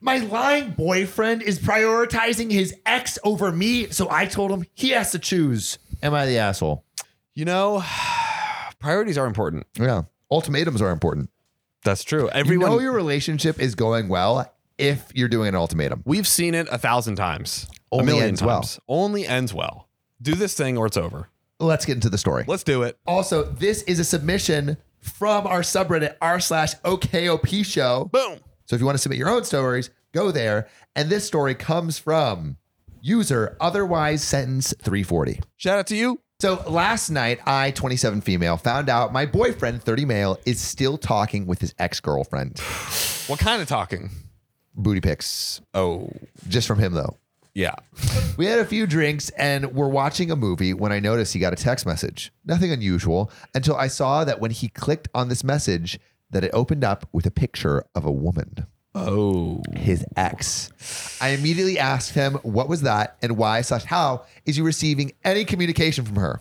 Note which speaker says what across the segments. Speaker 1: My lying boyfriend is prioritizing his ex over me, so I told him he has to choose. Am I the asshole?
Speaker 2: You know, priorities are important.
Speaker 1: Yeah. Ultimatums are important.
Speaker 2: That's true.
Speaker 1: You
Speaker 2: Everyone,
Speaker 1: know your relationship is going well if you're doing an ultimatum.
Speaker 2: we've seen it a thousand times, a
Speaker 1: Only
Speaker 2: million
Speaker 1: ends well.
Speaker 2: times. Only ends well. Do this thing or it's over.
Speaker 1: Let's get into the story.
Speaker 2: Let's do it.
Speaker 1: Also, this is a submission from our subreddit r slash OKOP show.
Speaker 2: Boom.
Speaker 1: So if you want to submit your own stories, go there. And this story comes from user otherwise sentence 340.
Speaker 2: Shout out to you.
Speaker 1: So last night, I, 27 female, found out my boyfriend, 30 male, is still talking with his ex girlfriend.
Speaker 2: What kind of talking?
Speaker 1: Booty pics,
Speaker 2: Oh,
Speaker 1: just from him though.
Speaker 2: yeah.
Speaker 1: We had a few drinks and were watching a movie when I noticed he got a text message. Nothing unusual until I saw that when he clicked on this message, that it opened up with a picture of a woman,
Speaker 2: Oh.
Speaker 1: his ex. I immediately asked him what was that and why slash how is he receiving any communication from her.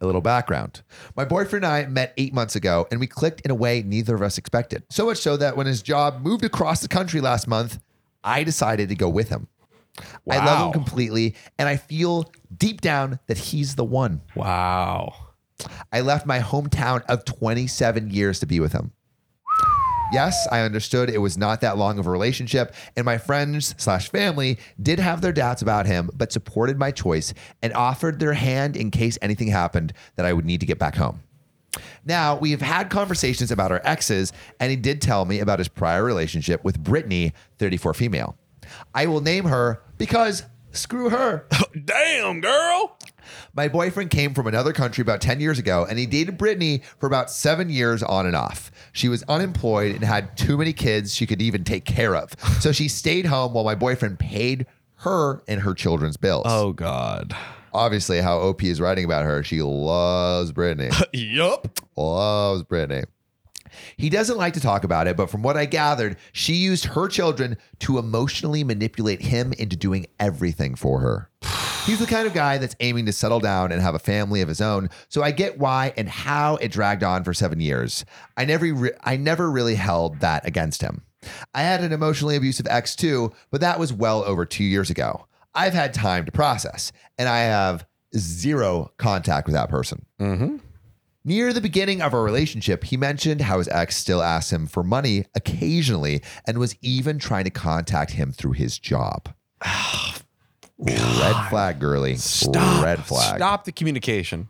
Speaker 1: A little background. My boyfriend and I met eight months ago, and we clicked in a way neither of us expected. So much so that when his job moved across the country last month, I decided to go with him. I love
Speaker 2: Wow.
Speaker 1: him completely, and I feel deep down that he's the one.
Speaker 2: Wow.
Speaker 1: I left my hometown of 27 years to be with him. Yes, I understood it was not that long of a relationship, and my friends slash family did have their doubts about him, but supported my choice and offered their hand in case anything happened that I would need to get back home. Now, we have had conversations about our exes, and he did tell me about his prior relationship with Brittany, 34 female. I will name her because screw her.
Speaker 2: Damn, girl.
Speaker 1: My boyfriend came from another country about 10 years ago, and he dated Brittany for about seven years on and off. She was unemployed and had too many kids she could even take care of. So she stayed home while my boyfriend paid her and her children's bills.
Speaker 2: Oh, God.
Speaker 1: Obviously, how OP is writing about her, she loves Brittany.
Speaker 2: Yup.
Speaker 1: loves Brittany. He doesn't like to talk about it, but from what I gathered, she used her children to emotionally manipulate him into doing everything for her. He's the kind of guy that's aiming to settle down and have a family of his own, so I get why and how it dragged on for 7 years. I never re- I never really held that against him. I had an emotionally abusive ex too, but that was well over 2 years ago. I've had time to process, and I have zero contact with that person.
Speaker 2: Mm-hmm.
Speaker 1: Near the beginning of our relationship, he mentioned how his ex still asked him for money occasionally and was even trying to contact him through his job. Red flag, girly.
Speaker 2: Stop.
Speaker 1: Red flag.
Speaker 2: Stop the communication.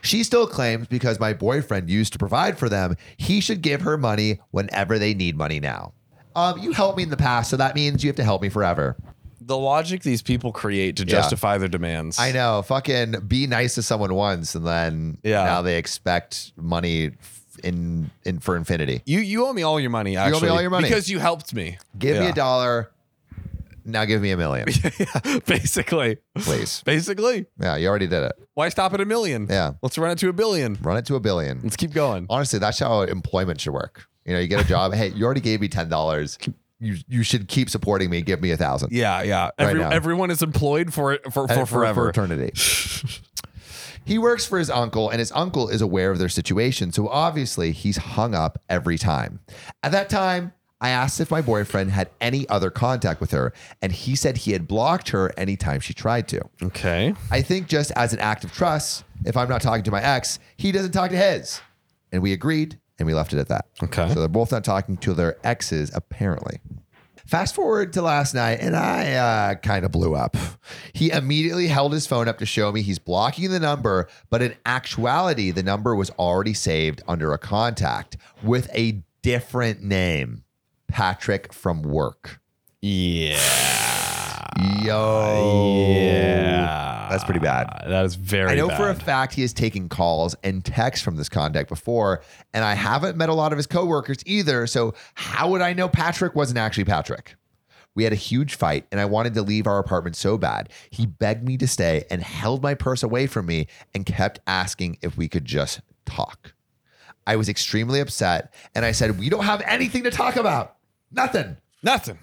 Speaker 1: She still claims because my boyfriend used to provide for them, he should give her money whenever they need money now. Um, you helped me in the past, so that means you have to help me forever.
Speaker 2: The logic these people create to justify their demands.
Speaker 1: I know. Fucking be nice to someone once, and then
Speaker 2: Yeah.
Speaker 1: now they expect money f- in in for infinity.
Speaker 2: You you owe me all your money.
Speaker 1: me
Speaker 2: Actually,
Speaker 1: all your money.
Speaker 2: because you helped me.
Speaker 1: Give me
Speaker 2: Yeah.
Speaker 1: a dollar. Now give me a million,
Speaker 2: yeah, basically,
Speaker 1: please.
Speaker 2: basically.
Speaker 1: Yeah, you already did it.
Speaker 2: Why stop at a million?
Speaker 1: Yeah.
Speaker 2: let's run it to a billion.
Speaker 1: Run it to a billion.
Speaker 2: Let's keep going.
Speaker 1: Honestly, that's how employment should work. You know, you get a job. hey, you already gave me ten dollars. You you should keep supporting me. Give me a thousand.
Speaker 2: Yeah, yeah. Every,
Speaker 1: now.
Speaker 2: everyone is employed for for,
Speaker 1: And
Speaker 2: for forever.
Speaker 1: for eternity. he works for his uncle, and his uncle is aware of their situation, so obviously he's hung up every time. At that time, I asked if my boyfriend had any other contact with her, and he said he had blocked her anytime she tried to.
Speaker 2: okay.
Speaker 1: I think just as an act of trust, if I'm not talking to my ex, he doesn't talk to his. And we agreed and we left it at that.
Speaker 2: Okay.
Speaker 1: So they're both not talking to their exes, apparently. Fast forward to last night, and I uh, kind of blew up. He immediately held his phone up to show me he's blocking the number, but in actuality, the number was already saved under a contact with a different name Patrick from work.
Speaker 2: Yeah.
Speaker 1: Yo.
Speaker 2: Ah, Yeah.
Speaker 1: Oh. That's pretty bad.
Speaker 2: That is very.
Speaker 1: I know for a
Speaker 2: bad.
Speaker 1: fact he has taken calls and texts from this contact before, and I haven't met a lot of his coworkers either. So how would I know Patrick wasn't actually Patrick? We had a huge fight, and I wanted to leave our apartment so bad. He begged me to stay and held my purse away from me and kept asking if we could just talk. I was extremely upset, and I said, We don't have anything to talk about. Nothing.
Speaker 2: nothing.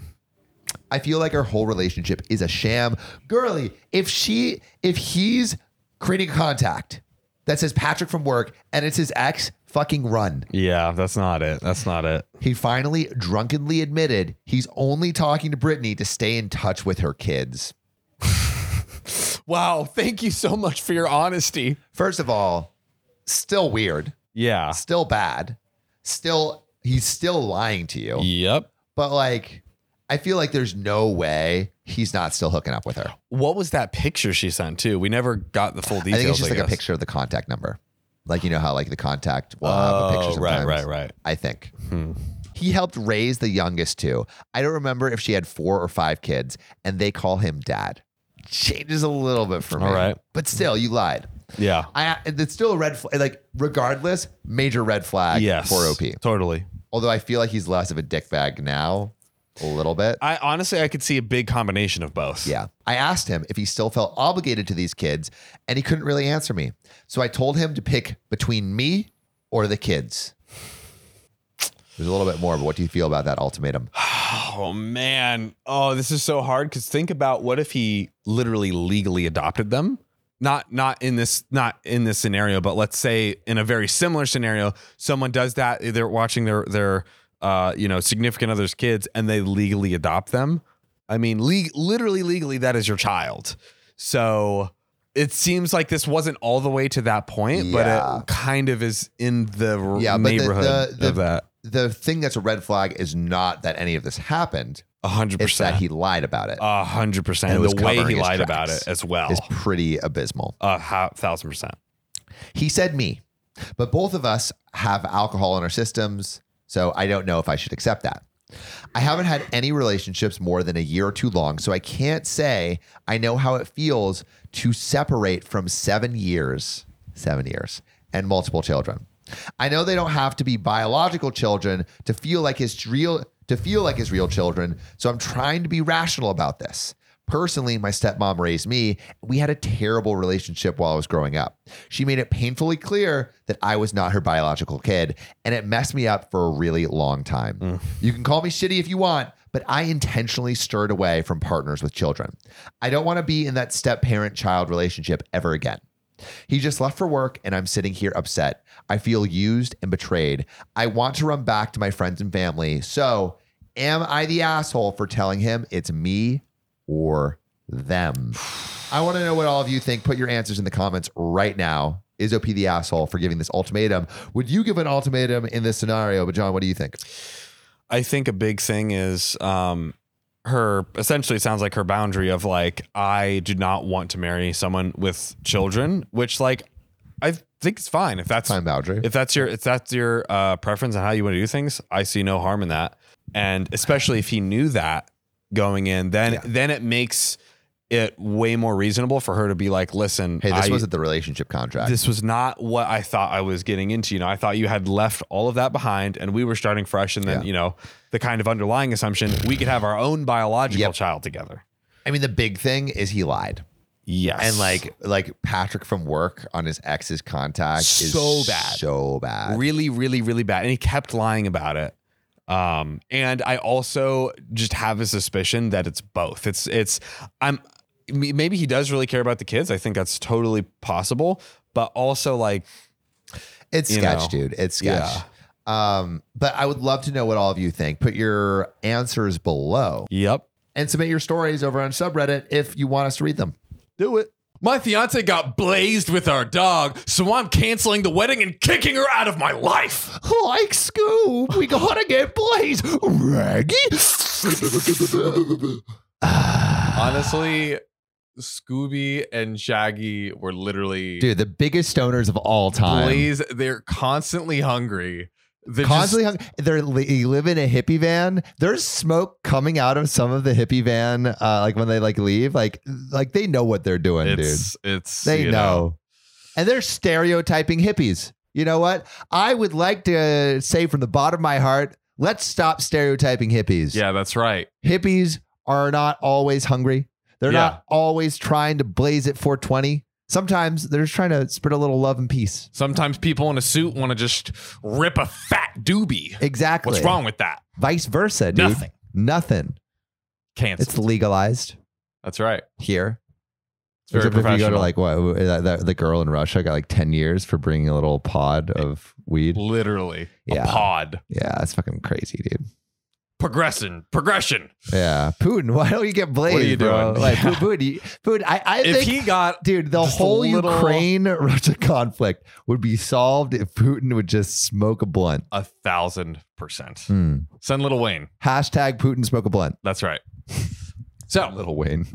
Speaker 1: I feel like our whole relationship is a sham. Girly, if she if he's creating contact that says Patrick from work and it says ex fucking run.
Speaker 3: Yeah, that's not it. That's not it.
Speaker 1: He finally drunkenly admitted he's only talking to Brittany to stay in touch with her kids.
Speaker 3: Wow. Thank you so much for your honesty.
Speaker 1: First of all, still weird,
Speaker 3: Yeah.
Speaker 1: still bad, still, he's still lying to you.
Speaker 3: Yep.
Speaker 1: But like, I feel like there's no way he's not still hooking up with her.
Speaker 3: What was that picture she sent too? We never got the full details.
Speaker 1: I think it's just like a
Speaker 3: guess.
Speaker 1: picture of the contact number. Like, you know how like the contact will have a
Speaker 3: Oh,
Speaker 1: picture
Speaker 3: right,
Speaker 1: sometimes.
Speaker 3: right, Hmm. right.
Speaker 1: I think. He helped raise the youngest two. I don't remember if she had four or five kids, and they call him dad. Changes a little bit for me.
Speaker 3: All right.
Speaker 1: But still, you lied.
Speaker 3: Yeah.
Speaker 1: I it's still a red flag. Like, regardless, major red flag
Speaker 3: yes.
Speaker 1: for OP.
Speaker 3: Totally.
Speaker 1: Although I feel like he's less of a dickbag now, a little bit.
Speaker 3: I honestly I could see a big combination of both.
Speaker 1: Yeah. I asked him if he still felt obligated to these kids, and he couldn't really answer me. So I told him to pick between me or the kids. There's a little bit more, but what do you feel about that ultimatum?
Speaker 3: Oh man. Oh, this is so hard cuz think about what if he literally legally adopted them? Not not in this not in this scenario, but let's say in a very similar scenario, someone does that they're watching their their uh, you know, significant other's kids and they legally adopt them. I mean, le- literally legally that is your child. So it seems like this wasn't all the way to that point,
Speaker 1: Yeah.
Speaker 3: but it kind of is in the r-
Speaker 1: Yeah, but the-
Speaker 3: neighborhood
Speaker 1: the- the-
Speaker 3: of that.
Speaker 1: the thing that's a red flag is not that any of this happened.
Speaker 3: A hundred
Speaker 1: It's
Speaker 3: percent. Oh.
Speaker 1: that he lied about it.
Speaker 3: A hundred percent.
Speaker 1: And it
Speaker 3: And
Speaker 1: was
Speaker 3: the way
Speaker 1: covering
Speaker 3: he
Speaker 1: his
Speaker 3: lied
Speaker 1: tracks.
Speaker 3: about it as well.
Speaker 1: is pretty abysmal.
Speaker 3: A ho- thousand percent.
Speaker 1: He said me, but both of us have alcohol in our systems, so I don't know if I should accept that. I haven't had any relationships more than a year or two long, so I can't say I know how it feels to separate from seven years, seven years, and multiple children. I know they don't have to be biological children to feel like his real to feel like his real children, so I'm trying to be rational about this. Personally, my stepmom raised me. We had a terrible relationship while I was growing up. She made it painfully clear that I was not her biological kid, and it messed me up for a really long time. You can call me shitty if you want, but I intentionally stirred away from partners with children. I don't want to be in that step parent child relationship ever again. He just left for work and I'm sitting here upset. I feel used and betrayed. I want to run back to my friends and family. So, am I the asshole for telling him it's me or them? I want to know what all of you think. Put your answers in the comments right now. Is OP the asshole for giving this ultimatum? Would you give an ultimatum in this scenario? But, John, what do you think?
Speaker 3: I think a big thing is um, her essentially it sounds like her boundary of like, I do not want to marry someone with children, which like I think it's fine if that's
Speaker 1: Time boundary.
Speaker 3: if that's your if that's your uh, preference on how you want to do things, I see no harm in that. And especially if he knew that going in, then
Speaker 1: Yeah.
Speaker 3: then it makes it way more reasonable for her to be like, listen,
Speaker 1: hey, this
Speaker 3: I-
Speaker 1: wasn't the relationship contract.
Speaker 3: This was not what I thought I was getting into. You know, I thought you had left all of that behind and we were starting fresh. And then,
Speaker 1: Yeah.
Speaker 3: you know, the kind of underlying assumption we could have our own biological
Speaker 1: Yep.
Speaker 3: child together.
Speaker 1: I mean, the big thing is he lied.
Speaker 3: Yes.
Speaker 1: and like like Patrick from work on his ex's contact is
Speaker 3: So bad.
Speaker 1: so bad.
Speaker 3: really, really, really bad. And he kept lying about it. Um, and I also just have a suspicion that it's both. It's, it's, I'm, m- maybe he does really care about the kids. I think that's totally possible. But also, like,
Speaker 1: It's
Speaker 3: you
Speaker 1: sketch,
Speaker 3: know.
Speaker 1: dude. It's sketch. Um, but I would love to know what all of you think. Put your answers below
Speaker 3: yep,
Speaker 1: and submit your stories over on subreddit if you want us to read them.
Speaker 3: do it.
Speaker 4: My fiance got blazed with our dog, so I'm canceling the wedding and kicking her out of my life.
Speaker 1: Like Scoob, we gotta get plays. Raggy.
Speaker 4: Honestly, Scooby and Shaggy were literally
Speaker 1: Dude, the biggest stoners of all time.
Speaker 4: blazed. They're constantly hungry. They're
Speaker 1: Constantly hung. They're li- you live in a hippie van. There's smoke coming out of some of the hippie van. Uh, like when they like leave, like like they know what they're doing,
Speaker 4: just,
Speaker 1: dude.
Speaker 4: it's it's
Speaker 1: They know.
Speaker 4: you
Speaker 1: And they're stereotyping hippies. You know what? I would like to say from the bottom of my heart, let's stop stereotyping hippies.
Speaker 4: Yeah, that's right.
Speaker 1: Hippies are not always hungry. They're
Speaker 4: Yeah.
Speaker 1: not always trying to blaze it 420. Sometimes they're just trying to spread a little love and peace.
Speaker 4: Sometimes people in a suit want to just rip a fat doobie.
Speaker 1: Exactly.
Speaker 4: What's wrong with that?
Speaker 1: Vice versa, dude.
Speaker 4: Nothing.
Speaker 1: Nothing.
Speaker 4: Cancel.
Speaker 1: It's legalized
Speaker 4: That's right.
Speaker 1: here.
Speaker 2: very
Speaker 1: Except if you go to
Speaker 2: professional.
Speaker 1: like what that, that, the girl in Russia got like ten years for bringing a little pod of weed.
Speaker 3: Literally.
Speaker 1: Yeah.
Speaker 3: A pod.
Speaker 1: Yeah, that's fucking crazy, dude.
Speaker 3: Progression. Progression.
Speaker 1: Yeah, Putin, why don't you get blazed?
Speaker 2: are you
Speaker 1: bro?
Speaker 2: doing?
Speaker 1: Like,
Speaker 2: Yeah.
Speaker 1: Putin, you- Putin, I, I
Speaker 2: If
Speaker 1: think
Speaker 2: he got
Speaker 1: Dude, the
Speaker 2: Just a
Speaker 1: whole
Speaker 2: little-
Speaker 1: Ukraine Russia conflict would be solved if Putin would just smoke a blunt.
Speaker 2: a thousand percent,
Speaker 1: Hmm.
Speaker 3: Send little Wayne.
Speaker 1: Hashtag Putin smoke a blunt.
Speaker 2: that's right.
Speaker 3: So,
Speaker 1: Little Wayne.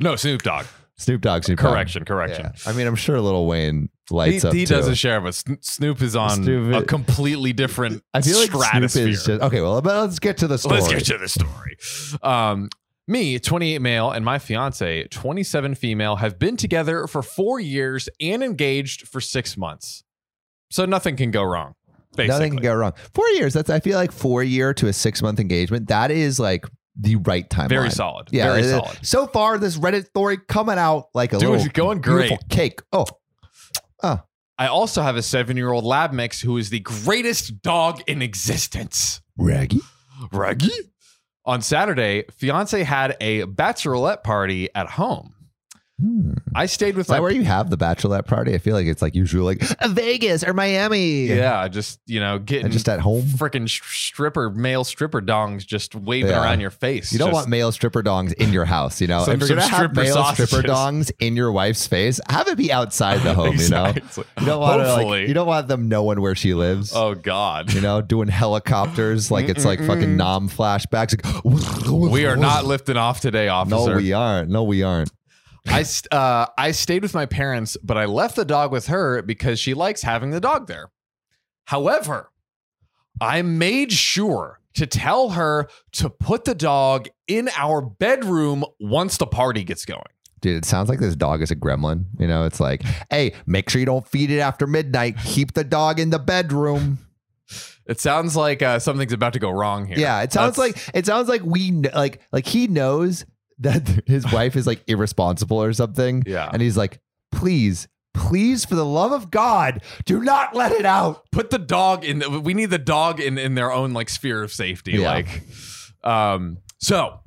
Speaker 3: no, Snoop Dogg.
Speaker 1: Snoop Dogg, Snoop Dogg.
Speaker 2: Correction, correction.
Speaker 1: Yeah. I mean, I'm sure Little Wayne lights
Speaker 2: he
Speaker 1: up.
Speaker 2: he
Speaker 1: too.
Speaker 2: does a share, but Sn- Snoop is on
Speaker 1: Snoop-
Speaker 2: a completely different
Speaker 1: I feel like
Speaker 2: stratosphere.
Speaker 1: Snoop is just okay. Well, but let's get to the story.
Speaker 3: Let's get to the story. Um, me, 28 male, and my fiance, 27 female, have been together for four years and engaged for six months. So nothing can go wrong. Basically.
Speaker 1: Nothing can go wrong. Four years. That's I feel like four year to a six month engagement. That is like the right time.
Speaker 3: Very solid.
Speaker 1: Yeah,
Speaker 3: Very
Speaker 1: it-
Speaker 3: solid.
Speaker 1: So far, this Reddit story coming out like a
Speaker 3: Dude,
Speaker 1: little
Speaker 3: it's going
Speaker 1: beautiful
Speaker 3: great.
Speaker 1: cake. Oh,
Speaker 3: I also have a seven year old lab mix who is the greatest dog in existence.
Speaker 1: Raggy.
Speaker 3: Reggie? On Saturday, fiance had a bachelorette party at home.
Speaker 1: Hmm.
Speaker 3: I stayed with
Speaker 1: Is that
Speaker 3: my
Speaker 1: where you have the bachelorette party? I feel like it's like usually like "Uh, Vegas or Miami.
Speaker 3: yeah, just you know,
Speaker 1: And
Speaker 3: getting
Speaker 1: just at home.
Speaker 3: freaking stripper male stripper dongs just waving
Speaker 1: Yeah.
Speaker 3: around your face.
Speaker 1: You don't
Speaker 3: Just-
Speaker 1: want male stripper dongs in your house, you know.
Speaker 3: Some-
Speaker 1: if you're
Speaker 3: some
Speaker 1: gonna have
Speaker 3: stripper
Speaker 1: male stripper
Speaker 3: sausages.
Speaker 1: dongs in your wife's face, have it be outside the home, you know.
Speaker 3: Exactly.
Speaker 1: You don't want to,
Speaker 3: Hopefully.
Speaker 1: like, you don't want them knowing where she lives.
Speaker 3: oh God,
Speaker 1: You know, doing helicopters like it's like fucking nom flashbacks. Like,
Speaker 3: we are not lifting off today,
Speaker 1: No,
Speaker 3: officer.
Speaker 1: we aren't. No, we aren't.
Speaker 3: I st- uh, I stayed with my parents, but I left the dog with her because she likes having the dog there. However, I made sure to tell her to put the dog in our bedroom once the party gets going.
Speaker 1: Dude, it sounds like this dog is a gremlin. You know, it's like, hey, make sure you don't feed it after midnight. Keep the dog in the bedroom.
Speaker 3: It sounds like uh, something's about to go wrong here.
Speaker 1: Yeah, it sounds
Speaker 3: That's-
Speaker 1: like it sounds like we kn- like like he knows that his wife is like irresponsible or something,
Speaker 3: yeah.
Speaker 1: and he's like, please, please, for the love of God, do not let it out.
Speaker 3: put the dog in the, we need the dog in in their own like sphere of safety
Speaker 1: Yeah.
Speaker 3: like um so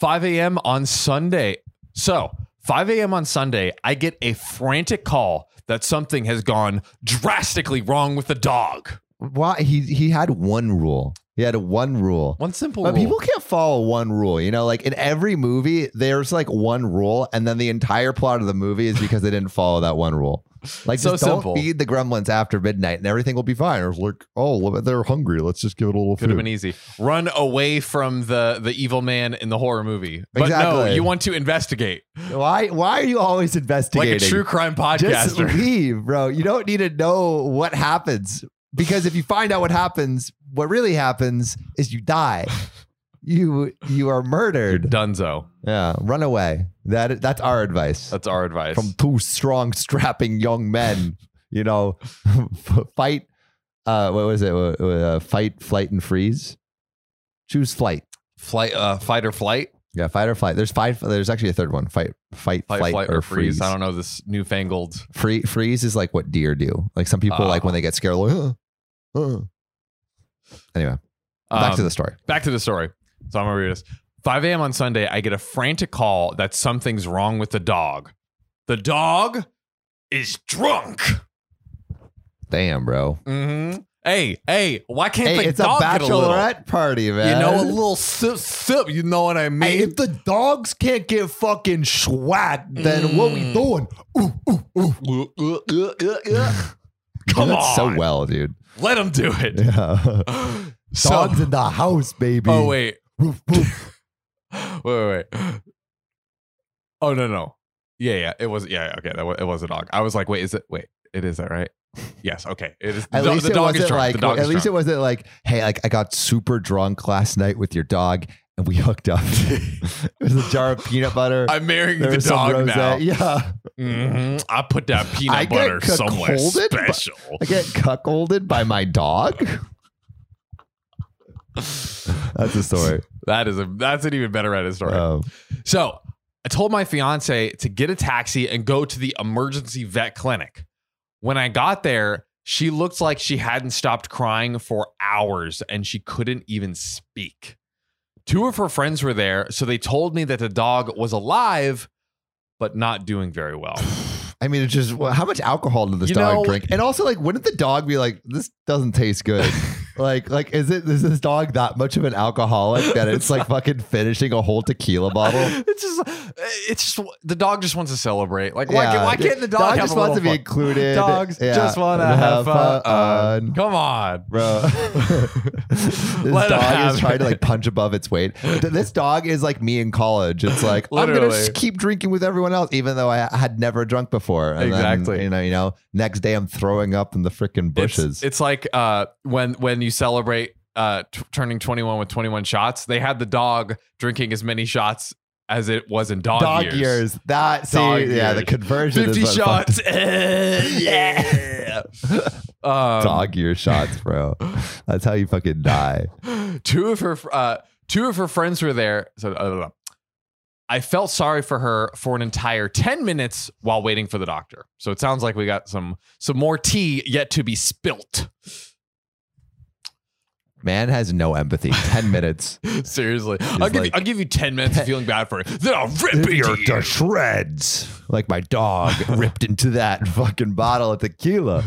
Speaker 3: 5 a.m on sunday so 5 a.m on sunday i get a frantic call that something has gone drastically wrong with the dog
Speaker 1: Why he he had one rule. He had one rule.
Speaker 3: one simple
Speaker 1: But
Speaker 3: rule.
Speaker 1: people can't follow one rule, you know. Like in every movie, there's like one rule, and then the entire plot of the movie is because they didn't follow that one rule. Like,
Speaker 3: So
Speaker 1: just don't
Speaker 3: simple.
Speaker 1: feed the gremlins after midnight, and everything will be fine. Or like, oh, they're hungry. Let's just give it a little
Speaker 3: could have
Speaker 1: food.
Speaker 3: been easy. Run away from the the evil man in the horror movie. But no,
Speaker 1: Exactly.
Speaker 3: you want to investigate
Speaker 1: Why? Why are you always
Speaker 3: e- like
Speaker 1: investigating?
Speaker 3: a true crime
Speaker 1: Just
Speaker 3: podcaster.
Speaker 1: leave, bro. You don't need to know what happens because if you find out what happens, what really happens is you die. You you are murdered.
Speaker 3: Dunzo.
Speaker 1: Yeah, run away. That that's our advice
Speaker 3: That's our advice.
Speaker 1: from two strong, strapping young men. You know, fight. Uh, what was it? Uh, uh, fight, flight, and freeze. Choose flight.
Speaker 3: flight uh, fight or flight.
Speaker 1: Yeah, fight or flight. There's five. There's actually a third one. Fight, fight,
Speaker 3: Fight,
Speaker 1: flight, or, freeze.
Speaker 3: I don't know this newfangled
Speaker 1: Free, freeze is like what deer do. Like some people, like
Speaker 3: Uh-huh.
Speaker 1: when they get scared, like, uh, uh. anyway, back to
Speaker 3: Um,
Speaker 1: the story.
Speaker 3: back to the story. So I'm gonna read this. 5 a.m. on Sunday, I get a frantic call that something's wrong with the dog. The dog is drunk.
Speaker 1: Damn, bro.
Speaker 3: Mm-hmm. Hey, hey, why can't
Speaker 1: Hey,
Speaker 3: the
Speaker 1: it's a
Speaker 3: dog get a little?
Speaker 1: bachelorette party, man.
Speaker 3: You know, a little sip, sip. You know what I mean?
Speaker 1: Hey, if the dogs can't get fucking swat, then what we
Speaker 3: Mm.
Speaker 1: doing? Ooh, ooh, ooh.
Speaker 3: Uh, uh, uh, uh, uh. Come
Speaker 1: That's
Speaker 3: on,
Speaker 1: so well, dude.
Speaker 3: let him do it.
Speaker 1: Yeah.
Speaker 3: so,
Speaker 1: Dogs in the house, baby.
Speaker 3: oh wait,
Speaker 1: Woof, woof.
Speaker 3: wait, wait, wait. Oh no, no. Yeah, yeah. It was. Yeah, yeah, okay. That was, it was a dog. I was like, wait, is it? Wait, it is that right? Yes. Okay. It is.
Speaker 1: At
Speaker 3: the,
Speaker 1: least
Speaker 3: the
Speaker 1: it
Speaker 3: dog is
Speaker 1: wasn't
Speaker 3: drunk.
Speaker 1: like.
Speaker 3: the dog
Speaker 1: at
Speaker 3: is
Speaker 1: least it
Speaker 3: drunk.
Speaker 1: wasn't like, hey, like I got super drunk last night with your dog, and we hooked up. it was a jar of peanut butter.
Speaker 3: I'm marrying
Speaker 1: There
Speaker 3: the
Speaker 1: was some
Speaker 3: dog
Speaker 1: rosé.
Speaker 3: now.
Speaker 1: Yeah,
Speaker 3: Mhm. I put that peanut
Speaker 1: I get
Speaker 3: butter somewhere
Speaker 1: cuckolded by-
Speaker 3: special.
Speaker 1: I get cuckolded by my dog. That's a story.
Speaker 3: that is a. That's an even better Reddit story.
Speaker 1: Um,
Speaker 3: So I told my fiance to get a taxi and go to the emergency vet clinic. When I got there, she looked like she hadn't stopped crying for hours and she couldn't even speak. Two of her friends were there, so they told me that the dog was alive, but not doing very well.
Speaker 1: I mean, it's just well, how much alcohol did this
Speaker 3: You
Speaker 1: dog
Speaker 3: know-
Speaker 1: drink? And also, like, wouldn't the dog be like, "This doesn't taste good"? like, like is it is this dog that much of an alcoholic that it's like fucking finishing a whole tequila bottle?
Speaker 3: it's just, eh, it's just the dog just wants to celebrate. Like why,
Speaker 1: Yeah.
Speaker 3: can't- why can't the dog, have
Speaker 1: just
Speaker 3: a
Speaker 1: wants to be
Speaker 3: little fun?
Speaker 1: included.
Speaker 3: Dogs
Speaker 1: Yeah.
Speaker 3: just want to have fun. Come on,
Speaker 1: bro. this
Speaker 3: Let 'em
Speaker 1: dog
Speaker 3: have
Speaker 1: is trying
Speaker 3: it.
Speaker 1: to like punch above its weight. Th- This dog is like me in college. It's like I'm gonna
Speaker 3: Literally.
Speaker 1: s- keep drinking with everyone else, even though I had never drunk before. And then,
Speaker 3: Exactly.
Speaker 1: you know, you know, next day I'm throwing up in the freaking
Speaker 3: It's-
Speaker 1: bushes.
Speaker 3: It's, like uh, when when you celebrate uh, t- turning 21 with 21 shots. They had the dog drinking as many shots as it was in dog,
Speaker 1: dog
Speaker 3: years.
Speaker 1: years. That see,
Speaker 3: Dog
Speaker 1: yeah,
Speaker 3: years.
Speaker 1: the conversion.
Speaker 3: 50
Speaker 1: is what
Speaker 3: shots.
Speaker 1: fucked-
Speaker 3: yeah. Um,
Speaker 1: Dog year shots, bro. That's how you fucking die.
Speaker 3: two of her uh, two of her friends were there. So uh, I felt sorry for her for an entire ten minutes while waiting for the doctor. So it sounds like we got some some more tea yet to be spilt.
Speaker 1: Man has no empathy. Ten minutes.
Speaker 3: Seriously, I'll give, you,
Speaker 1: like-
Speaker 3: I'll give you ten minutes of feeling bad for her. Then I'll rip
Speaker 1: Ripping
Speaker 3: you
Speaker 1: her to shreds, like my dog ripped into that fucking bottle of tequila.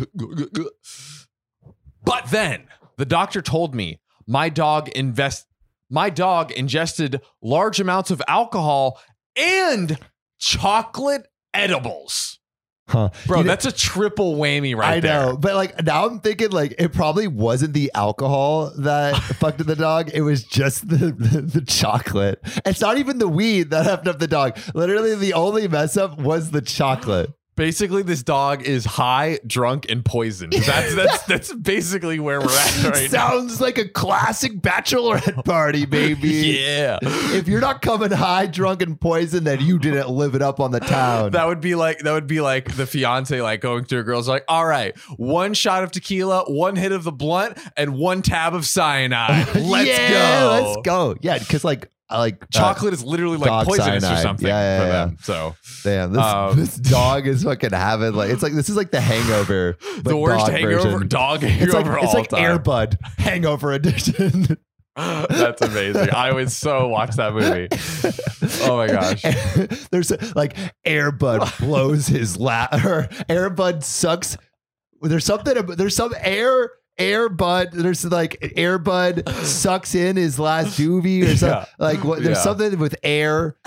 Speaker 3: But then the doctor told me my dog invest my dog ingested large amounts of alcohol and chocolate edibles.
Speaker 1: Huh.
Speaker 3: Bro,
Speaker 1: You know-
Speaker 3: that's a triple whammy right
Speaker 1: I
Speaker 3: there.
Speaker 1: know, but like now I'm thinking like it probably wasn't the alcohol that fucked up the dog. It was just the, the the chocolate. It's not even the weed that effed up the dog. Literally, the only mess up was the chocolate.
Speaker 3: Basically, this dog is high, drunk, and poisoned. That's that's that's basically where we're at right now.
Speaker 1: Sounds like a classic bachelorette party, baby.
Speaker 3: Yeah.
Speaker 1: If you're not coming high, drunk, and poisoned, then you didn't live it up on the town.
Speaker 3: That would be like that would be like the fiance like going to a girl's like, all right, one shot of tequila, one hit of the blunt, and one tab of cyanide. Let's
Speaker 1: Yeah,
Speaker 3: go.
Speaker 1: Let's go. Yeah, because like I like uh,
Speaker 3: Chocolate is literally like
Speaker 1: dog
Speaker 3: poisonous
Speaker 1: cyanide.
Speaker 3: or something
Speaker 1: Yeah, yeah,
Speaker 3: for
Speaker 1: yeah.
Speaker 3: them. So
Speaker 1: damn, this,
Speaker 3: Um,
Speaker 1: this dog is fucking having like it's like this is like the hangover. but
Speaker 3: the worst
Speaker 1: dog
Speaker 3: hangover,
Speaker 1: version.
Speaker 3: dog hangover
Speaker 1: It's like
Speaker 3: all
Speaker 1: it's like
Speaker 3: time.
Speaker 1: Airbud Hangover Edition.
Speaker 3: That's amazing. I would so watch that movie. Oh my gosh.
Speaker 1: There's like Airbud blows his lap or Airbud sucks. There's something ab- there's some air Airbud there's like Airbud sucks in his last doobie or something.
Speaker 3: Yeah.
Speaker 1: Like what there's
Speaker 3: Yeah.
Speaker 1: something with air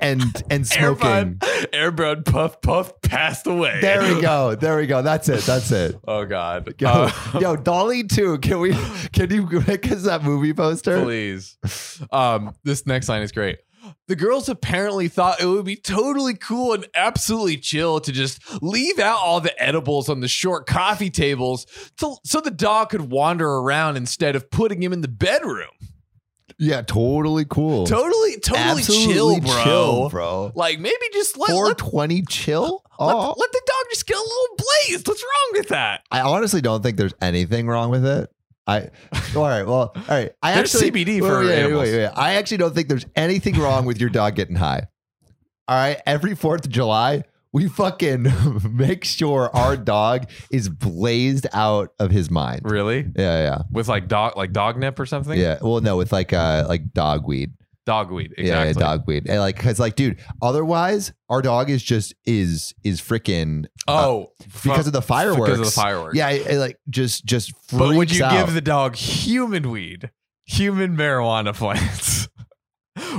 Speaker 1: and and smoking.
Speaker 3: Airbud, Airbud Puff Puff passed away.
Speaker 1: There we go. There we go. That's it. That's it.
Speaker 3: Oh God.
Speaker 1: Yo,
Speaker 3: Uh,
Speaker 1: yo, Dolly too. Can we can you make us that movie poster?
Speaker 3: Please. Um, this next line is great. The girls apparently thought it would be totally cool and absolutely chill to just leave out all the edibles on the short coffee tables to, so the dog could wander around instead of putting him in the bedroom.
Speaker 1: Yeah, totally cool.
Speaker 3: Totally, totally
Speaker 1: Absolutely
Speaker 3: chill, bro.
Speaker 1: chill, bro.
Speaker 3: Like maybe just let, let,
Speaker 1: 420 chill?
Speaker 3: let,
Speaker 1: Oh,
Speaker 3: let the dog just get a little blazed. What's wrong with that?
Speaker 1: I honestly don't think there's anything wrong with it. I all right, well, all right. I
Speaker 3: There's
Speaker 1: actually
Speaker 3: CBD for
Speaker 1: wait, wait,
Speaker 3: animals.
Speaker 1: wait, wait. I actually don't think there's anything wrong with your dog getting high. All right, every 4th of July, we fucking make sure our dog is blazed out of his mind.
Speaker 3: Really?
Speaker 1: Yeah,
Speaker 3: With like dog, like dog nip or
Speaker 1: yeah.
Speaker 3: something?
Speaker 1: Yeah. Well, no, with like uh like dog weed.
Speaker 3: Dogweed. Exactly.
Speaker 1: Yeah, yeah, dog weed. And like cuz like dude, otherwise our dog is just is is freaking
Speaker 3: Oh,
Speaker 1: Uh, because of the fireworks.
Speaker 3: Because of the fireworks.
Speaker 1: Yeah, it, it, like just just freaks
Speaker 3: But would you
Speaker 1: out.
Speaker 3: give the dog human weed, human marijuana plants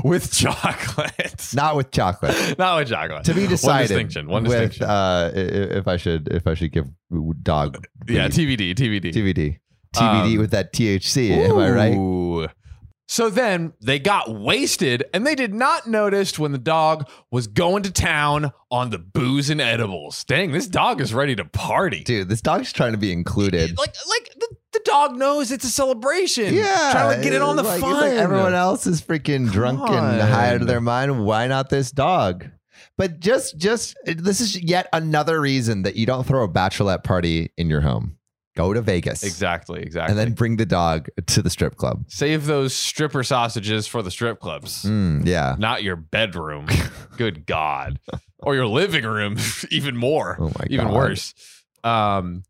Speaker 3: with chocolate?
Speaker 1: not with chocolate?
Speaker 3: Not with chocolate.
Speaker 1: To be decided.
Speaker 3: One distinction. One
Speaker 1: with,
Speaker 3: distinction.
Speaker 1: Uh, i- i- if I should, if I should give dog,
Speaker 3: yeah,
Speaker 1: weed.
Speaker 3: TBD. TBD.
Speaker 1: TBD, TBD
Speaker 3: Um,
Speaker 1: with that THC. Am I right?
Speaker 3: Ooh. So then they got wasted and they did not notice when the dog was going to town on the booze and edibles. Dang, this dog is ready to party.
Speaker 1: Dude, this dog's trying to be included.
Speaker 3: Like, like the, the dog knows it's a celebration.
Speaker 1: Yeah,
Speaker 3: Trying to get it on the
Speaker 1: like, it's
Speaker 3: fun.
Speaker 1: Like everyone else is freaking drunk and high out of
Speaker 3: on.
Speaker 1: their mind. Why not this dog? But just, just this is yet another reason that you don't throw a bachelorette party in your home. Go to Vegas,
Speaker 3: Exactly, exactly.
Speaker 1: and then bring the dog to the strip club.
Speaker 3: Save those stripper sausages for the strip clubs,
Speaker 1: Mm, yeah.
Speaker 3: not your bedroom. Good God. Or your living room, even more,
Speaker 1: Oh my god.
Speaker 3: even worse. Um,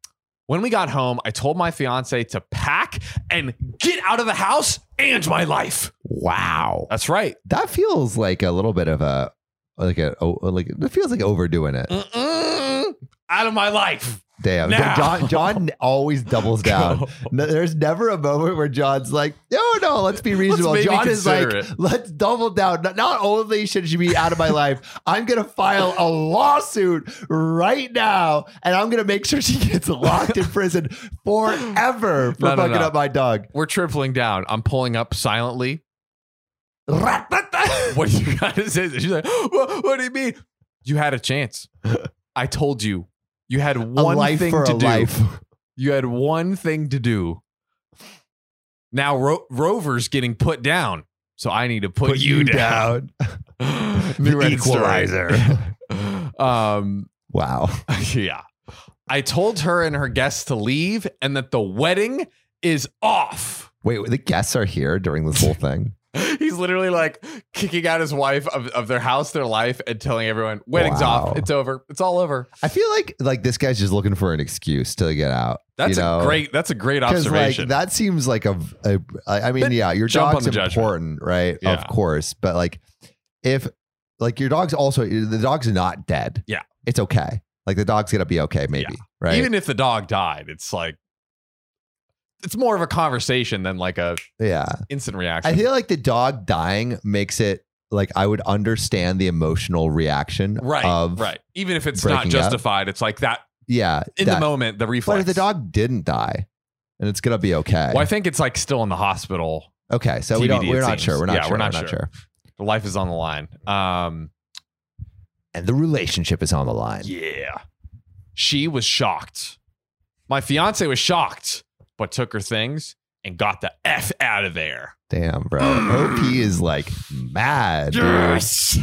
Speaker 3: when we got home, I told my fiance to pack and get out of the house and my life.
Speaker 1: Wow.
Speaker 3: That's right.
Speaker 1: That feels like a little bit of a like a oh, like it feels like overdoing it.
Speaker 3: Mm-mm. Out of my life.
Speaker 1: Damn,
Speaker 3: Now.
Speaker 1: John. John always doubles down. No, there's never a moment where John's like, no, no, let's be reasonable.
Speaker 3: maybe
Speaker 1: John is like,
Speaker 3: consider
Speaker 1: let's double down. Not, not only should she be out of my life, I'm going to file a lawsuit right now and I'm going to make sure she gets locked in prison forever for
Speaker 3: No, no,
Speaker 1: fucking
Speaker 3: no.
Speaker 1: up my dog.
Speaker 3: We're tripling down. I'm pulling up silently.
Speaker 1: Rat, rat, rat.
Speaker 3: What do you got to say? She's like, what, what do you mean? You had a chance. I told you. You had
Speaker 1: A
Speaker 3: one
Speaker 1: life
Speaker 3: thing
Speaker 1: for
Speaker 3: to
Speaker 1: a
Speaker 3: do.
Speaker 1: life.
Speaker 3: You had one thing to do. Now Ro- Rover's getting put down, so I need to put, you, down. New
Speaker 1: The
Speaker 3: Reddit story.
Speaker 1: equalizer.
Speaker 3: um,
Speaker 1: Wow.
Speaker 3: yeah. I told her and her guests to leave, and that the wedding is off.
Speaker 1: Wait, the guests are here during this whole thing.
Speaker 3: He's literally like kicking out his wife of, of their house, their life, and telling everyone, "Wedding's
Speaker 1: Wow.
Speaker 3: off. It's over. It's all over."
Speaker 1: I feel like like this guy's just looking for an excuse to get out.
Speaker 3: That's
Speaker 1: you know?
Speaker 3: a great. That's a great
Speaker 1: Because like
Speaker 3: observation.
Speaker 1: that seems like a, a I I mean,
Speaker 3: Then
Speaker 1: yeah, your
Speaker 3: jump on
Speaker 1: dog's
Speaker 3: the judgment.
Speaker 1: important, right?
Speaker 3: Yeah.
Speaker 1: Of course, but like if like your dog's also the dog's not dead.
Speaker 3: Yeah.
Speaker 1: it's okay. Like the dog's gonna be okay, maybe, right?
Speaker 3: Even if the dog died, it's like it's more of a conversation than like a
Speaker 1: yeah,
Speaker 3: instant reaction.
Speaker 1: I feel like the dog dying makes it like I would understand the emotional reaction,
Speaker 3: right,
Speaker 1: Of
Speaker 3: right. Even if it's not
Speaker 1: breaking up.
Speaker 3: justified, it's like that
Speaker 1: Yeah,
Speaker 3: in
Speaker 1: that.
Speaker 3: the moment, the reflex.
Speaker 1: But if the dog didn't die, and it's gonna be okay.
Speaker 3: Well, I think it's like still in the hospital.
Speaker 1: okay, so we
Speaker 3: TBD,
Speaker 1: don't. We're
Speaker 3: it
Speaker 1: not
Speaker 3: seems.
Speaker 1: sure. We're not
Speaker 3: Yeah,
Speaker 1: sure.
Speaker 3: we're not sure. The life is on the line. Um,
Speaker 1: And the relationship is on the line.
Speaker 3: yeah. She was shocked. My fiance was shocked, but took her things and got the f out of there.
Speaker 1: Damn, bro. OP is like mad. dude.
Speaker 3: Yes.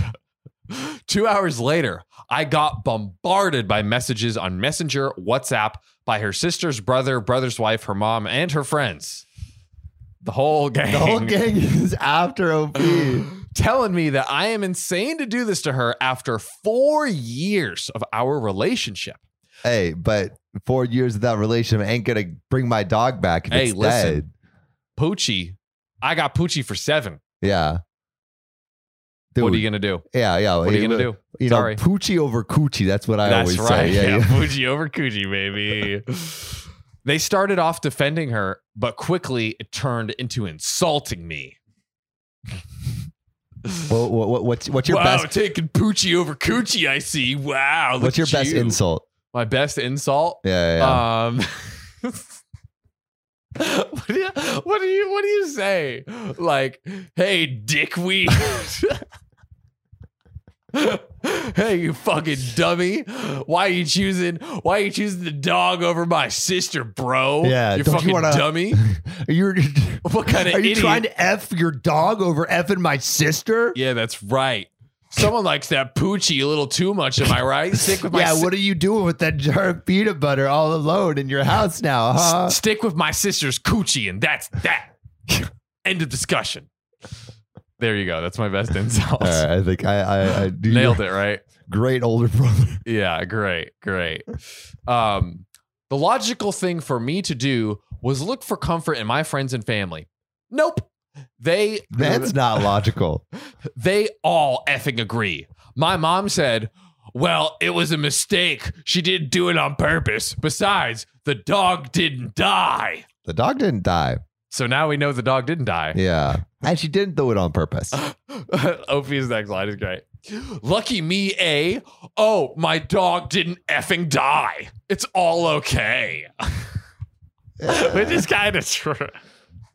Speaker 3: Two hours later, I got bombarded by messages on Messenger, WhatsApp, by her sister's brother, brother's wife, her mom, and her friends. The whole gang.
Speaker 1: The whole gang is after OP.
Speaker 3: telling me that I am insane to do this to her after four years of our relationship.
Speaker 1: hey, but four years of that relationship ain't gonna bring my dog back if
Speaker 3: Hey,
Speaker 1: it's
Speaker 3: listen.
Speaker 1: dead.
Speaker 3: Poochie, I got Poochie for seven.
Speaker 1: Yeah. Dude,
Speaker 3: What are you going to do?
Speaker 1: yeah, yeah.
Speaker 3: What are you going to do?
Speaker 1: You know,
Speaker 3: Sorry.
Speaker 1: poochie over coochie. That's what I
Speaker 3: That's
Speaker 1: always
Speaker 3: right.
Speaker 1: say.
Speaker 3: yeah,
Speaker 1: Yeah, yeah.
Speaker 3: Fuji over Kuji, baby. they started off defending her, but quickly it turned into insulting me.
Speaker 1: Well, what, what, what's, what's your
Speaker 3: wow,
Speaker 1: best?
Speaker 3: taking Poochie over Coochie, I see. Wow. look
Speaker 1: What's your
Speaker 3: at
Speaker 1: best
Speaker 3: you.
Speaker 1: insult?
Speaker 3: My best insult?
Speaker 1: Yeah, yeah. yeah.
Speaker 3: Um, what, do you, what do you what do you say? Like, hey, dickweed. hey, you fucking dummy. Why you choosing why you choosing the dog over my sister, bro?
Speaker 1: Yeah,
Speaker 3: you
Speaker 1: don't you
Speaker 3: fucking
Speaker 1: wanna-
Speaker 3: dummy.
Speaker 1: You're,
Speaker 3: What kind of
Speaker 1: are you
Speaker 3: idiot?
Speaker 1: trying to F your dog over effing my sister?
Speaker 3: yeah, that's right. Someone likes that poochie a little too much, am I right? Stick with my
Speaker 1: yeah,
Speaker 3: si-
Speaker 1: what are you doing with that jar of peanut butter all alone in your house now, huh?
Speaker 3: S- stick with my sister's coochie, and that's that. End of discussion. There you go. That's my best insult.
Speaker 1: All right, I think I, I, I do
Speaker 3: Nailed it, right?
Speaker 1: Great older brother.
Speaker 3: Yeah, great, great. Um, the logical thing for me to do was look for comfort in my friends and family. Nope. They
Speaker 1: That's not logical.
Speaker 3: they all effing agree. My mom said, Well, it was a mistake. She didn't do it on purpose. Besides, the dog didn't die.
Speaker 1: The dog didn't die.
Speaker 3: So now we know the dog didn't die.
Speaker 1: Yeah. And she didn't do it on purpose.
Speaker 3: Opie's next line is great. Lucky me, A. Oh, my dog didn't effing die. It's all okay. Which is kind of true.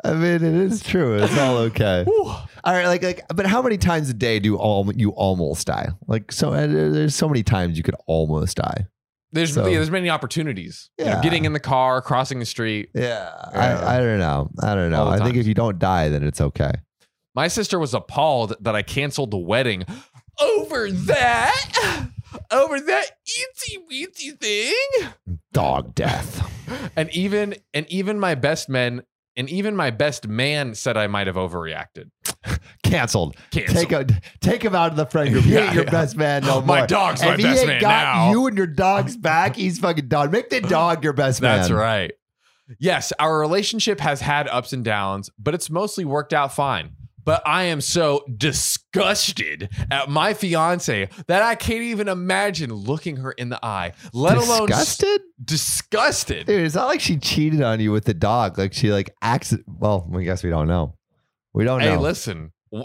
Speaker 1: I mean, it is true. It's all okay.
Speaker 3: Whew.
Speaker 1: All right, like, like, but how many times a day do all you almost die? Like, so uh, there- there's so many times you could almost die.
Speaker 3: There's
Speaker 1: So-
Speaker 3: yeah, there's many opportunities. You know,
Speaker 1: Yeah.
Speaker 3: getting in the car, crossing the street.
Speaker 1: Yeah,
Speaker 2: Yeah.
Speaker 1: I, I don't know. I don't know.
Speaker 3: All the
Speaker 1: I think
Speaker 3: times.
Speaker 1: if you don't die, then it's okay.
Speaker 3: My sister was appalled that I canceled the wedding over that, over that itsy weetsy thing.
Speaker 1: Dog death.
Speaker 3: And even and even my best men and even my best man said I might have overreacted.
Speaker 1: Canceled.
Speaker 3: Canceled.
Speaker 1: Take a take him out of the friend group. He
Speaker 3: Yeah,
Speaker 1: ain't your
Speaker 3: yeah. Oh,
Speaker 1: best man no
Speaker 3: my
Speaker 1: more.
Speaker 3: dog's my
Speaker 1: Oh, If he
Speaker 3: best man
Speaker 1: ain't got
Speaker 3: now.
Speaker 1: you and your dog's back, he's fucking done. Make the dog your best man.
Speaker 3: That's right. Yes, our relationship has had ups and downs, but it's mostly worked out fine. But I am so disgusted at my fiance that I can't even imagine looking her in the eye, let alone s-
Speaker 1: disgusted.
Speaker 3: disgusted.
Speaker 1: Dude, it's not like she cheated on you with the dog. Like she like accident. Well, I guess we don't know. We don't
Speaker 3: Hey,
Speaker 1: know.
Speaker 3: listen. Wh-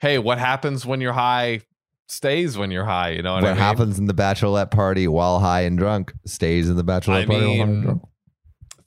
Speaker 3: hey, what happens when you're high stays when you're high. You know what,
Speaker 1: what
Speaker 3: I mean?
Speaker 1: happens in the bachelorette party while high and drunk stays in the bachelorette
Speaker 3: I
Speaker 1: party. while high and
Speaker 3: mean,
Speaker 1: drunk.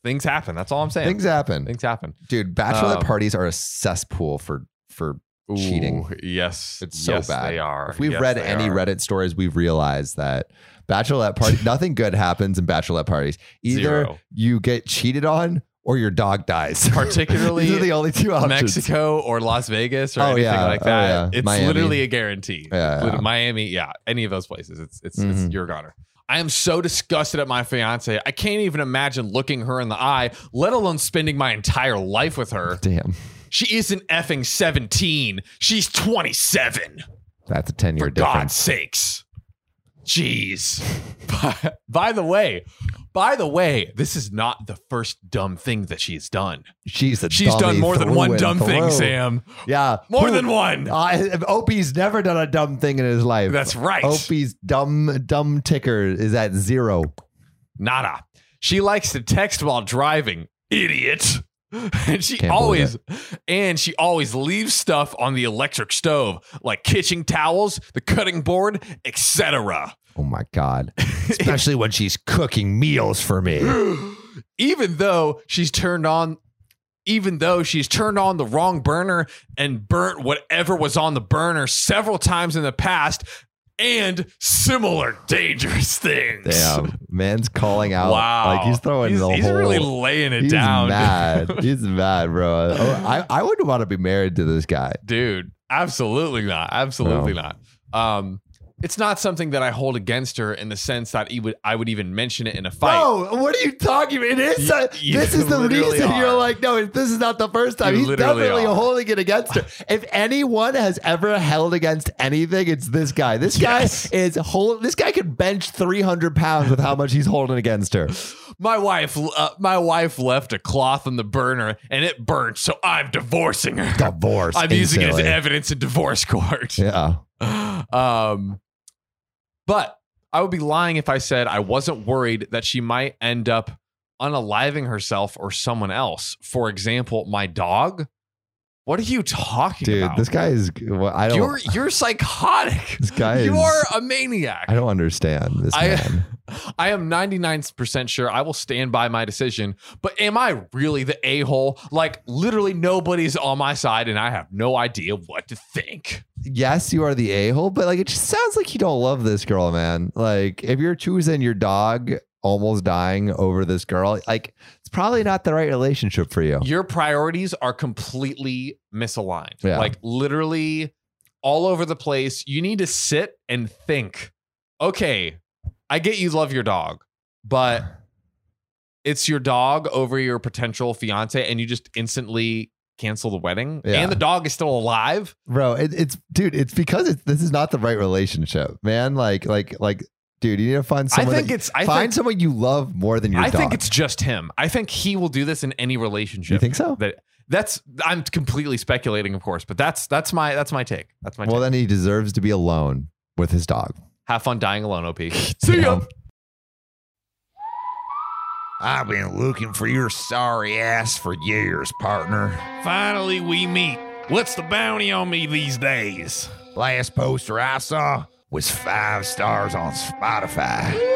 Speaker 3: Things happen. That's all I'm saying.
Speaker 1: Things happen,
Speaker 3: Things happen.
Speaker 1: dude. Bachelorette
Speaker 3: Um,
Speaker 1: parties are a cesspool for for. Cheating.
Speaker 3: Ooh, Yes,
Speaker 1: It's so
Speaker 3: Yes,
Speaker 1: bad.
Speaker 3: They are.
Speaker 1: If we've
Speaker 3: Yes,
Speaker 1: read
Speaker 3: they
Speaker 1: any
Speaker 3: are.
Speaker 1: Reddit stories, we've realized that bachelorette party, nothing good happens in bachelorette parties. Either
Speaker 3: Zero.
Speaker 1: you get cheated on or your dog dies.
Speaker 3: particularly
Speaker 1: These are the only two options.
Speaker 3: Mexico or Las Vegas or
Speaker 1: Oh,
Speaker 3: anything
Speaker 1: yeah.
Speaker 3: like
Speaker 1: Oh,
Speaker 3: that.
Speaker 1: yeah.
Speaker 3: It's
Speaker 1: Miami.
Speaker 3: literally a guarantee.
Speaker 1: Yeah,
Speaker 3: It's lit-
Speaker 1: yeah.
Speaker 3: Miami, yeah, any of those places, it's it's,
Speaker 1: Mhm.
Speaker 3: it's your goner. I am so disgusted at my fiance. I can't even imagine looking her in the eye, let alone spending my entire life with her.
Speaker 1: Damn,
Speaker 3: She isn't effing 17. She's 27.
Speaker 1: that's a ten year
Speaker 3: For God's
Speaker 1: difference.
Speaker 3: sakes. Jeez. by, by the way, by the way, this is not the first dumb thing that she's done.
Speaker 1: She's a
Speaker 3: She's done
Speaker 1: dummy
Speaker 3: more than
Speaker 1: through
Speaker 3: one
Speaker 1: and
Speaker 3: dumb thing,
Speaker 1: through.
Speaker 3: Sam.
Speaker 1: Yeah,
Speaker 3: More
Speaker 1: Who-
Speaker 3: than one.
Speaker 1: I, Opie's never done a dumb thing in his life.
Speaker 3: That's right.
Speaker 1: Opie's dumb dumb ticker is at zero.
Speaker 3: Nada. She likes to text while driving. Idiot. And she
Speaker 1: Can't believe
Speaker 3: always and she always leaves stuff on the electric stove, like kitchen towels, the cutting board, etc.
Speaker 1: Oh my god! Especially when she's cooking meals for me.
Speaker 3: even though she's turned on even though she's turned on the wrong burner and burnt whatever was on the burner several times in the past and similar dangerous things.
Speaker 1: Damn, man's calling out.
Speaker 3: Wow.
Speaker 1: like he's throwing
Speaker 3: he's,
Speaker 1: the
Speaker 3: he's
Speaker 1: whole.
Speaker 3: really laying it
Speaker 1: he's
Speaker 3: down.
Speaker 1: mad. he's mad, bro. Oh, I I wouldn't want to be married to this guy.
Speaker 3: Dude, absolutely not. Absolutely not. Um it's not something that I hold against her in the sense that he would I would even mention it in a fight.
Speaker 1: No, what are you talking about? It is.
Speaker 3: You-
Speaker 1: a-
Speaker 3: you
Speaker 1: this is the
Speaker 3: literally
Speaker 1: reason you're
Speaker 3: are.
Speaker 1: like, no, this is not the first time.
Speaker 3: You
Speaker 1: He's
Speaker 3: literally
Speaker 1: definitely
Speaker 3: are.
Speaker 1: holding it against her. If anyone has ever held against anything, it's this guy. This
Speaker 3: Yes.
Speaker 1: guy is hold. This guy could bench 300 pounds with how much he's holding against her.
Speaker 3: My wife, uh, my wife left a cloth on the burner and it burnt, so I'm divorcing her.
Speaker 1: Divorce.
Speaker 3: I'm using it as
Speaker 1: instantly.
Speaker 3: evidence in divorce court.
Speaker 1: Yeah.
Speaker 3: Um, but I would be lying if I said I wasn't worried that she might end up unaliving herself or someone else. For example, my dog. What are you talking
Speaker 1: Dude,
Speaker 3: about?
Speaker 1: this guy is. Well, I don't.
Speaker 3: you're you're psychotic.
Speaker 1: this guy
Speaker 3: you
Speaker 1: is.
Speaker 3: are a maniac.
Speaker 1: I don't understand this
Speaker 3: I-
Speaker 1: man.
Speaker 3: I am 99% sure I will stand by my decision, but am I really the a hole? Like, literally nobody's on my side, and I have no idea what to think.
Speaker 1: yes, you are the a hole, but like it just sounds like you don't love this girl, man. Like if you're choosing your dog almost dying over this girl, like it's probably not the right relationship for you.
Speaker 3: Your priorities are completely misaligned.
Speaker 1: Yeah.
Speaker 3: Like, literally all over the place. You need to sit and think. Okay, I get you love your dog, but it's your dog over your potential fiance, and you just instantly cancel the wedding,
Speaker 1: Yeah.
Speaker 3: and the dog is still alive.
Speaker 1: Bro, it, it's dude, it's because it's, this is not the right relationship, man. Like, like, like, dude, you need to find someone.
Speaker 3: I think
Speaker 1: that-
Speaker 3: it's. I
Speaker 1: find
Speaker 3: think
Speaker 1: someone you love more than your
Speaker 3: I
Speaker 1: dog.
Speaker 3: think it's just him. I think he will do this in any relationship.
Speaker 1: you think so?
Speaker 3: that that's I'm completely speculating, of course, but that's that's my that's my take. That's my
Speaker 1: Well,
Speaker 3: take.
Speaker 1: then he deserves to be alone with his dog.
Speaker 3: Have fun dying alone, OP. See ya.
Speaker 5: I've been looking for your sorry ass for years, partner. Finally, we meet. What's the bounty on me these days? Last poster I saw was five stars on Spotify.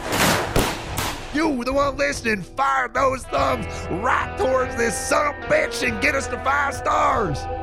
Speaker 5: You, the one listening, fire those thumbs right towards this son of a bitch and get us to five stars.